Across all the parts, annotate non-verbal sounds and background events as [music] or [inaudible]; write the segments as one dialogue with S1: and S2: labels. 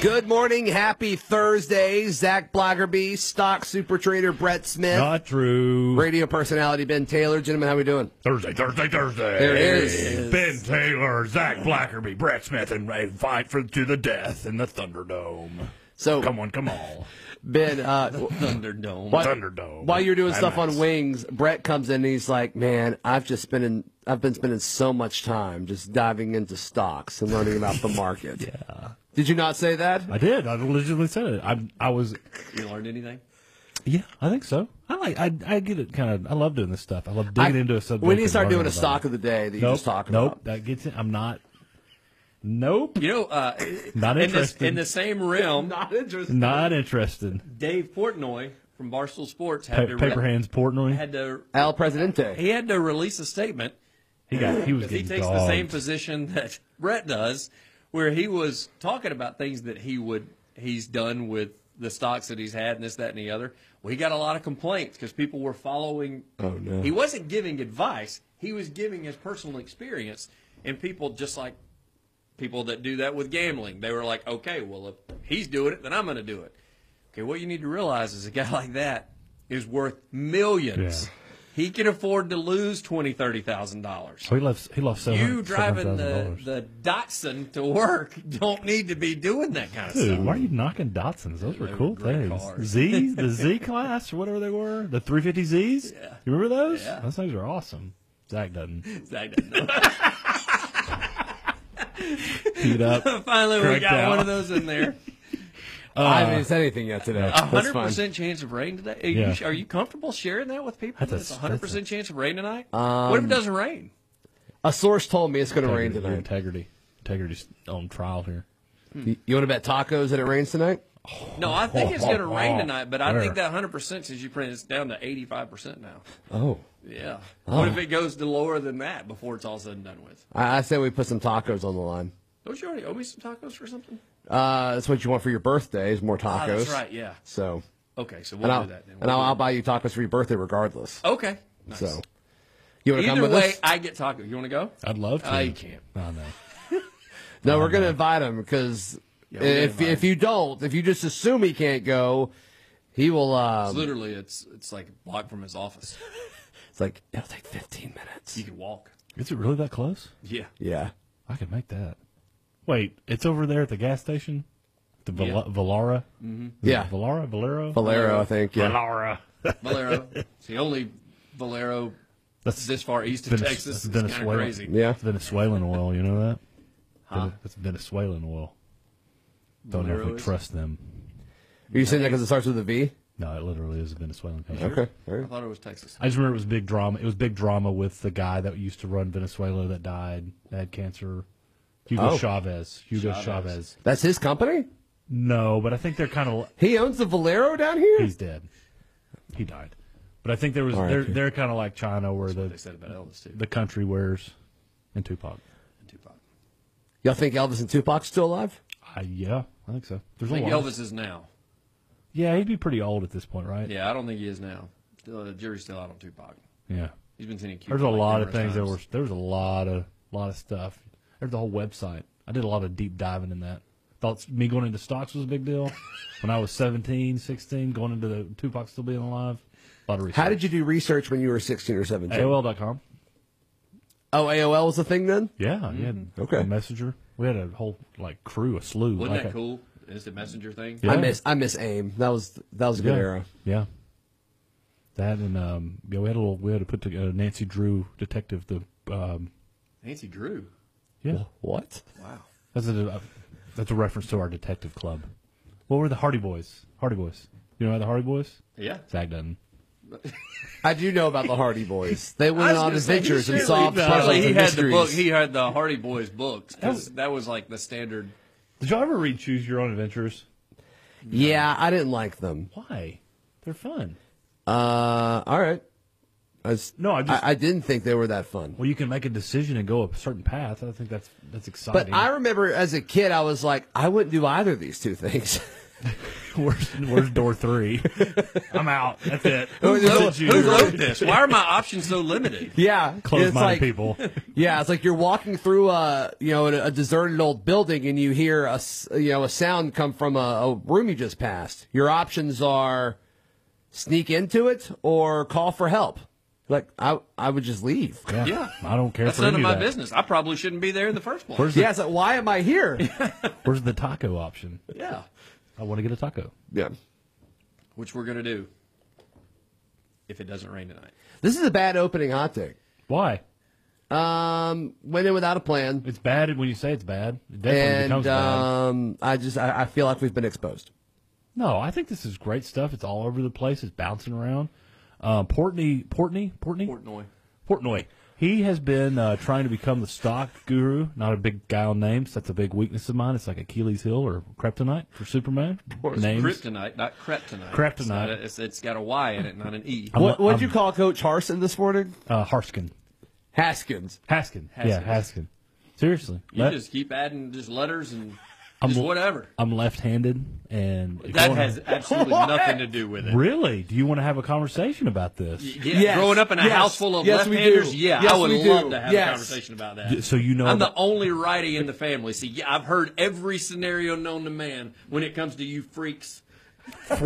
S1: Good morning. Happy Thursday. Zach Bloggerby, stock super trader Brett Smith,
S2: Not true.
S1: radio personality Ben Taylor. Gentlemen, how we doing?
S2: Thursday, Thursday, Thursday.
S1: There it is.
S2: Ben Taylor, Zach Blackerby, Brett Smith, and Ray fight for to the death in the Thunderdome.
S1: So,
S2: Come on, come on.
S1: Ben,
S3: [laughs]
S1: uh, Thunderdome. While,
S2: Thunderdome.
S1: While you're doing
S2: I'm
S1: stuff on
S2: nice.
S1: wings, Brett comes in and he's like, "Man, I've just been in, I've been spending so much time just diving into stocks and learning about the
S4: [laughs]
S1: market." yeah. Did you not say that?
S4: I did. I legitimately said it. I I was.
S3: You learned anything?
S4: Yeah, I think so. I like. I I get it. Kind of. I love doing this stuff. I love digging into a subject.
S1: we need to
S4: and
S1: start
S4: learning
S1: doing a
S4: about
S1: stock
S4: it.
S1: of the day that you
S4: nope.
S1: just talked
S4: nope.
S1: about.
S4: That gets it. I'm not. Nope.
S3: You know, uh,
S4: Not
S3: in, this,
S4: interested.
S3: in the same realm,
S1: Not interested.
S4: Not interested.
S3: Dave Portnoy from Barstool Sports
S4: Pa-
S3: had to
S4: paper hands Portnoy.
S3: had to
S1: Al Presidente.
S3: he had to release a statement
S4: He got. He was
S3: because he
S4: getting
S3: takes
S4: dogged.
S3: the same position that [laughs] Brett does, where he was talking about things that he would he's done with the stocks that he's had and this, that, and the other. We got a lot of complaints because people were following. Oh no! He wasn't giving advice; he was giving his personal experience, and people just like people that do that with gambling, they were like, okay, well if he's doing it, then I'm going to do it. Okay, what you need to realize is a guy [laughs] like that is worth millions.
S4: Yeah.
S3: He can afford to lose twenty, thirty thousand dollars
S4: So he left. He lost
S1: Uh-huh.
S4: seven.
S3: you driving the, the Datsun to work don't need to be doing that kind of
S4: Dude,
S1: [laughs]
S3: stuff.
S4: why are you knocking Dotsons? Those were
S3: were
S4: cool
S3: great
S4: things.
S3: cars.
S4: Z, the
S3: [laughs]
S4: Z class, or whatever they were, the 350Zs. Yeah. You remember those?
S3: Yeah.
S4: Those things were awesome. Zach doesn't.
S3: Zach doesn't know.
S4: Heat
S3: [laughs]
S4: up.
S3: [laughs] Finally, we
S4: Correct
S3: got
S4: out.
S3: one of those in there.
S1: I
S4: uh,
S1: haven't said anything yet today. [laughs]
S3: A
S1: That's
S3: hundred
S1: fine.
S3: percent chance of rain today. Are,
S4: Yeah.
S3: you, are you comfortable sharing that with people?
S4: That's a-
S3: That's a hundred
S4: that's
S3: percent chance of rain tonight.
S1: Um,
S3: what if it doesn't rain?
S1: A source told me it's going to rain
S4: Integrity, your
S1: tonight.
S4: integrity. Integrity's on trial here.
S1: You, want to bet tacos that it rains tonight?
S3: No, I think
S1: [laughs]
S3: it's going to
S4: oh,
S3: rain
S4: oh,
S3: tonight. But I
S4: there.
S3: think that hundred percent since you printed it's down to eighty five percent now.
S1: Oh,
S3: Yeah. What if it goes to lower than that before it's all said and done with?
S1: I, I say we put some tacos on the line.
S3: Don't you already owe me some tacos or something?
S1: Uh, that's what you want for your birthday is more tacos.
S3: Ah, that's right. Yeah.
S1: So,
S3: Okay, so
S1: and
S3: we'll
S1: I'll,
S3: do that then.
S1: and I'll, I'll buy you tacos for your birthday regardless.
S3: okay. Nice.
S1: So, you want to come
S3: Either
S1: with
S3: way,
S1: us?
S3: I get taco. You want to go?
S4: I'd love to.
S3: I can't.
S4: I know.
S1: No, we're going to invite him because
S3: we're gonna
S1: if
S3: invite
S1: if you don't, if you just assume he can't go, he will. Um, it's,
S3: Literally, it's it's like a block from his office.
S1: like it'll take fifteen minutes.
S3: You can walk.
S4: Is it really that close?
S3: Yeah.
S1: Yeah.
S4: I could make that. Wait, it's over there at the gas station? The Val-
S3: Yeah.
S4: Valara?
S1: Yeah.
S4: Valara? Valero?
S1: Valero, I think. Yeah.
S4: Valara. [laughs]
S3: Valero. It's the only Valero
S4: That's
S3: this far east of
S4: Venez- that's
S3: Texas. It's kind of
S4: Venezuela.
S3: crazy.
S1: Yeah.
S4: It's Venezuelan oil, you know that? Vene- That's Venezuelan oil. Don't know if
S3: Valero
S4: we
S3: is-
S4: trust them.
S1: Are you saying that because it starts with a V?
S4: No, it literally is a Venezuelan company.
S1: Okay. All
S3: I
S1: right.
S3: thought it was Texas.
S4: I just remember it was big drama. It was big drama with the guy that used to run Venezuela that died, that had cancer. Hugo
S1: Oh.
S4: Chavez. Hugo
S3: Chavez.
S4: Chavez.
S1: That's his company.
S4: No, but I think they're kind of
S1: He owns the Valero down here.
S4: he's dead. He died. But I think there was
S1: All right,
S4: they're
S1: dude.
S4: they're kind of like China where
S3: They
S4: the
S3: said about Elvis too.
S4: the country wears and Tupac.
S3: and Tupac.
S1: Y'all think Elvis and Tupac's still alive?
S4: I yeah, I think so. There's
S3: I think
S4: a lot.
S3: Elvis is now.
S4: Yeah, he'd be pretty old at this point, right?
S3: Yeah, I don't think he is now. Still, the jury's still out on Tupac.
S4: Yeah.
S3: He's been seen in Cuba.
S4: There's a
S3: like,
S4: lot of
S3: numerous
S4: things that were
S3: times.
S4: there was a lot of lot of stuff. There's a whole website. I did a lot of deep diving in that. Thought me going into stocks was a big deal when I was 17, 16, going into the Tupac still being alive. A lot of research.
S1: How did you do research when you were 16 or 17?
S4: AOL.com.
S1: Oh, AOL was the thing then?
S4: Yeah, you had
S1: Okay.
S4: Messenger. We had a whole like crew, a slew.
S3: Wasn't
S4: like
S3: that
S4: a-
S3: cool? Instant messenger thing.
S4: Yeah.
S1: I miss I miss AIM. That was that was a good
S4: yeah.
S1: era.
S4: Yeah. That and um, yeah, we had a little. We had to put together Nancy Drew detective. The um,
S3: Nancy Drew.
S4: yeah,
S1: What?
S3: Wow.
S4: that's a uh, that's a reference to our detective club. What were the Hardy Boys? Hardy Boys. You know the Hardy Boys?
S3: Yeah.
S4: Zach doesn't.
S1: I do know about the Hardy Boys. They
S3: I
S1: went
S3: was
S1: on
S3: gonna say, he
S1: adventures and
S3: surely-
S1: solved
S3: surely
S1: puzzles
S3: he
S1: and
S3: had
S1: mysteries.
S3: The book, he had the Hardy Boys books because
S4: Oh.
S3: that was like the standard.
S4: Did y'all ever read Choose Your Own Adventures?
S1: yeah, I didn't like them.
S4: Why? They're fun.
S1: Uh, all right. I was-
S4: No, I just-
S1: I, didn't think they were that fun.
S4: Well, you can make a decision and go a certain path. I think that's that's exciting.
S1: But I remember as a kid, I was like, I wouldn't do either of these two things.
S4: [laughs]
S1: [laughs]
S4: where's, where's door three? [laughs] I'm out. That's it.
S3: Who,
S4: Did you-
S3: who wrote this? Why are my options so limited?
S1: Yeah,
S4: Close-minded
S1: it's like,
S3: [laughs]
S4: people.
S1: Yeah, it's like you're walking through a you know a deserted old building and you hear a s- you know a sound come from a, a room you just passed. Your options are sneak into it or call for help. Like I I would just leave.
S4: Yeah.
S3: Yeah.
S4: I don't care
S3: That's
S4: for
S3: none of
S4: any
S3: my
S4: that.
S3: business. I probably shouldn't be there in the first place.
S4: Where's the,
S1: Yeah, it's like why am I here?
S4: where's the taco option?
S3: yeah,
S4: I want to get a taco.
S1: [laughs] yeah.
S3: which we're gonna do if it doesn't rain tonight.
S1: This is a bad opening hot take.
S4: Why?
S1: Um, went in without a plan,
S4: It's bad when you say it's bad. It definitely becomes
S1: and um,
S4: bad.
S1: I just I, I feel like we've been exposed.
S4: No, I think this is great stuff. It's all over the place. It's bouncing around. Uh, Portney, Portney, Portney,
S3: Portnoy.
S4: Portnoy. He has been uh, trying to become the stock guru. Not a big guy on names. That's a big weakness of mine. It's like Achilles' heel or kryptonite for Superman. Names.
S3: Kryptonite, not kryptonite.
S4: Kryptonite.
S3: It's, not a- it's- it's got a Y in it, not an E.
S4: I'm a-
S1: What what'd
S4: I'm-
S1: you call Coach Harson this morning?
S4: uh, Harskin.
S1: Haskins.
S4: Haskin. Yeah, Haskin. Seriously.
S3: You
S4: Le-
S3: just keep adding just letters and
S4: I'm-
S3: just whatever.
S4: I'm left-handed, and if you
S3: That
S4: wanna-
S3: has absolutely nothing to do with it.
S4: really. Do you want to have a conversation about this?
S3: Yeah,
S1: Yes.
S3: growing up in a
S1: Yes.
S3: house full of
S1: Yes, we do.
S3: left-handers, yeah,
S1: Yes,
S3: I would
S1: we do.
S3: love to have
S1: Yes.
S3: a conversation about
S4: Y-
S3: that.
S4: so you know
S3: I'm
S4: about-
S3: the only righty in the family. See, yeah, I've heard every scenario known to man when it comes to you freaks.
S4: Freaks.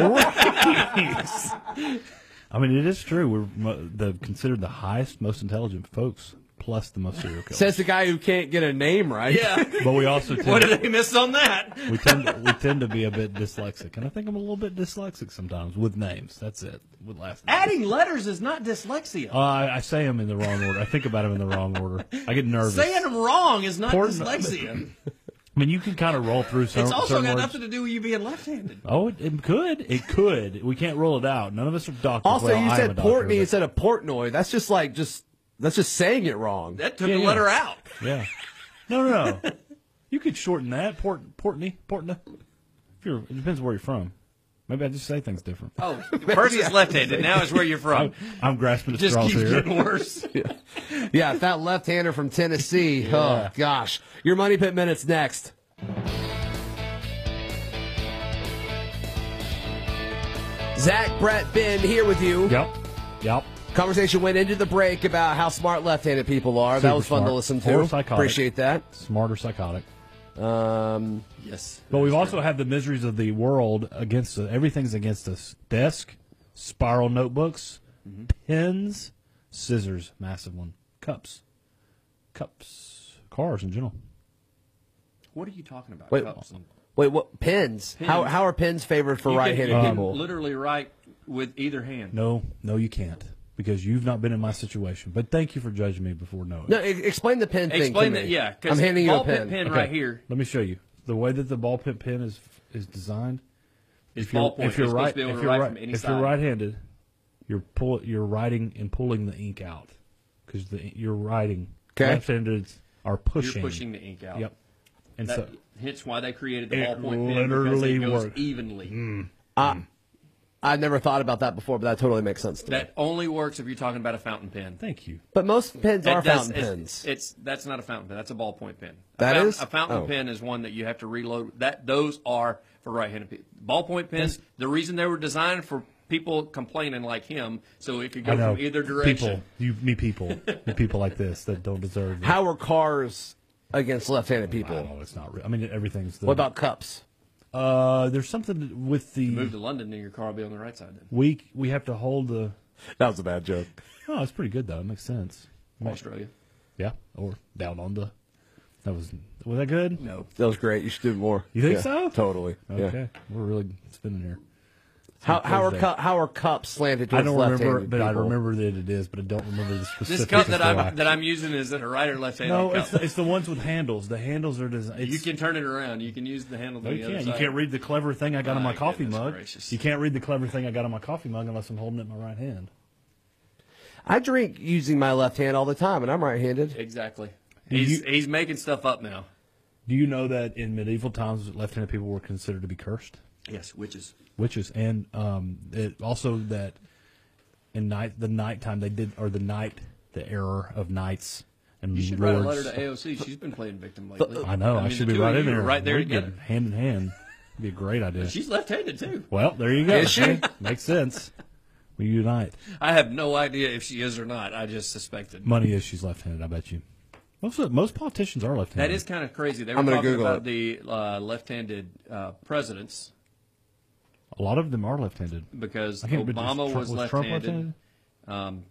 S4: I mean, it is true. We're mo- the considered the highest, most intelligent folks, plus the most serial killers.
S1: Says the guy who can't get a name right.
S3: [laughs] Yeah,
S4: but we also tend,
S3: what did they miss on that?
S4: we tend to, we tend to be a bit dyslexic, and I think I'm a little bit dyslexic sometimes with names. That's it. With last names.
S3: Adding letters is not dyslexia.
S4: Uh, I, I say them in the wrong order. I think about them in the wrong order. I get nervous.
S3: Saying them wrong is not
S4: Porn-
S3: dyslexia.
S4: I mean, you can kind of roll through some.
S3: It's also
S4: certain
S3: got
S4: words.
S3: nothing to do with you being left-handed.
S4: Oh, it, it could. It could. We can't rule it out. None of us are doctors.
S1: Also,
S4: Well,
S1: you
S4: I am a
S1: said
S4: doctor,
S1: Portney
S4: but-
S1: instead of Portnoy. That's just like just that's just saying it wrong.
S3: That took
S4: Yeah,
S3: a
S4: yeah.
S3: letter out.
S4: Yeah. No, no, no. you could shorten that. Port, Portney. Portna. If you're, it depends where you're from. Maybe I just say things different.
S3: Oh, [laughs] first is left-handed. Now is where you're from.
S4: [laughs] I'm, I'm grasping at
S3: Just
S4: straws
S3: keeps
S4: here. [laughs]
S3: getting worse.
S1: yeah, if that left-hander from Tennessee. Oh gosh, your money pit minutes next. Zach, Brett, Ben here with you.
S4: Yep. Yep.
S1: Conversation went into the break about how smart left-handed people are. that
S4: Super
S1: was fun to
S4: smart.
S1: listen
S4: Or
S1: to.
S4: psychotic.
S1: Appreciate that.
S4: Smart or psychotic.
S1: Um,
S3: Yes.
S4: But we've also had the miseries of the world against us. Everything's against us. Desk, spiral notebooks, pens, scissors, massive one, cups, cups, cars in general.
S3: What are you talking about?
S1: Wait,
S3: cups and-
S1: wait, what pins? How
S3: Pins.
S1: how are pins favored for
S3: You can-
S1: right-handed
S3: you can
S1: people?
S3: Literally write with either hand.
S4: No, no, you can't because you've not been in my situation. But thank you for judging me before knowing.
S1: No, e- explain the pen thing.
S3: Explain
S1: to me.
S3: that. Yeah, 'cause
S1: I'm handing you a
S3: ball pit
S1: pen.
S3: pen
S4: Okay,
S3: right here
S4: Let me show you the way that the ball pit pen is is designed.
S3: is
S4: you're-
S3: ballpoint.
S4: if you're
S3: It's supposed
S4: right,
S3: to be able
S4: if
S3: to
S4: you're
S3: write
S4: right,
S3: from any
S4: if
S3: side.
S4: you're right-handed, you're pull, you're writing and pulling the ink out because you're writing.
S1: 'Kay.
S4: Left-handed are pushing.
S3: you're pushing the ink out.
S4: Yep. And
S3: That,
S4: so
S3: hence why they created the
S4: It
S3: ballpoint pen because
S4: literally
S3: it goes
S4: works.
S3: evenly.
S1: Mm. I've never thought about that before, but that totally makes sense to me.
S3: That only works if you're talking about a fountain pen.
S4: thank you.
S1: But most pens
S3: That
S1: are
S3: does-
S1: fountain
S3: it's-
S1: pens.
S3: It's, that's not a fountain pen. That's a ballpoint pen.
S1: That
S3: a fountain,
S1: is?
S3: a fountain
S1: Oh.
S3: pen is one that you have to reload. That those are for right-handed people. Ballpoint pens. the reason they were designed for people complaining like him, so it could
S4: I
S3: go
S4: know
S3: from either direction.
S4: People, you me
S3: [laughs]
S4: people, me people like this that don't deserve. it.
S1: How are cars against left-handed
S4: I
S1: people?
S4: don't know. It's not. Real. I mean, everything's. The,
S1: What about cups?
S4: Uh, there's something with
S3: Move
S4: the
S3: to London, then your car will be on the right side. Then
S4: we we have to hold the.
S1: That was a bad joke.
S4: Oh, it's pretty good though. It makes sense.
S3: Australia.
S4: Yeah, or down under. That was was that good?
S3: No.
S1: That was great. You should do more.
S4: You think
S1: Yeah,
S4: so?
S1: Totally. Yeah.
S4: Okay, we're really spinning here.
S1: How, how are
S4: Thursday.
S1: cu- how are cups slanted
S4: I
S1: towards
S4: don't
S1: left-handed
S4: remember, but I
S1: people?
S4: remember that it is, but I don't remember the specific.
S3: This cup that I'm that I'm using is it a right or left-handed
S4: no,
S3: cup?
S4: it's the, it's the ones with handles. The handles are designed.
S3: you can turn it around. You can use the handle.
S4: No,
S3: to
S4: you
S3: the other
S4: can't. You
S3: side. Oh
S4: can't read the clever thing I got in
S3: My
S4: my coffee
S3: goodness
S4: mug.
S3: gracious.
S4: You can't read the clever thing I got in my coffee mug unless I'm holding it in my right hand.
S1: I drink using my left hand all the time, and I'm right-handed.
S3: Exactly.
S4: Do
S3: He's
S4: you-
S3: he's making stuff up now.
S4: Do you know that in medieval times, left-handed people were considered to be cursed?
S3: Yes, witches.
S4: witches, and um, it also that in night the nighttime they did or the night the error of knights and
S3: You should
S4: lords.
S3: write a letter to AOC. She's been playing victim lately.
S4: I know I,
S3: mean,
S4: should
S3: the
S4: be
S3: two
S4: right
S3: of
S4: in
S3: you are
S4: there,
S3: right there
S4: We'd be
S3: together.
S4: hand in hand, Be a great idea.
S3: She's left-handed too.
S4: Well, there you go.
S1: Is she?
S4: Makes sense. We unite.
S3: I have no idea if she is or not. I just suspected.
S4: Money is she's left-handed. I bet you. Most of- most politicians are left-handed.
S3: That is kind of crazy. They were
S1: I'm gonna
S3: talking
S1: Google
S3: about the uh, left-handed uh, presidents
S4: a lot of them are left-handed.
S3: because
S4: I can't remember.
S3: Obama
S4: Trump-
S3: was,
S4: Trump
S3: left-handed. Um,
S4: left-handed.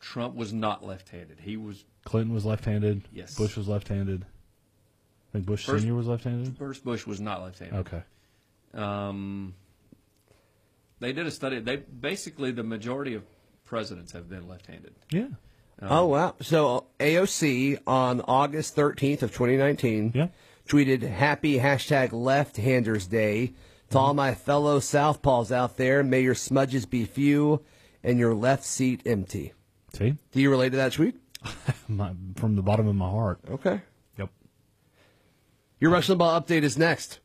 S3: Trump was not left-handed. He was
S4: Clinton was left-handed.
S3: Yes.
S4: Bush was left-handed. I think Bush
S3: First-
S4: Senior was left-handed.
S3: first Bush was not left-handed.
S4: Okay.
S3: Um, they did a study. They basically the majority of presidents have been left-handed.
S4: Yeah.
S1: oh wow! So AOC on August 13th of 2019
S4: Yeah.
S1: tweeted "Happy hashtag Left Handers Day" to all my fellow Southpaws out there. May your smudges be few and your left seat empty.
S4: See,
S1: Do you relate to that tweet?
S4: my, from the bottom of my heart.
S1: Okay.
S4: Yep.
S1: Your Rush Limbaugh update is next.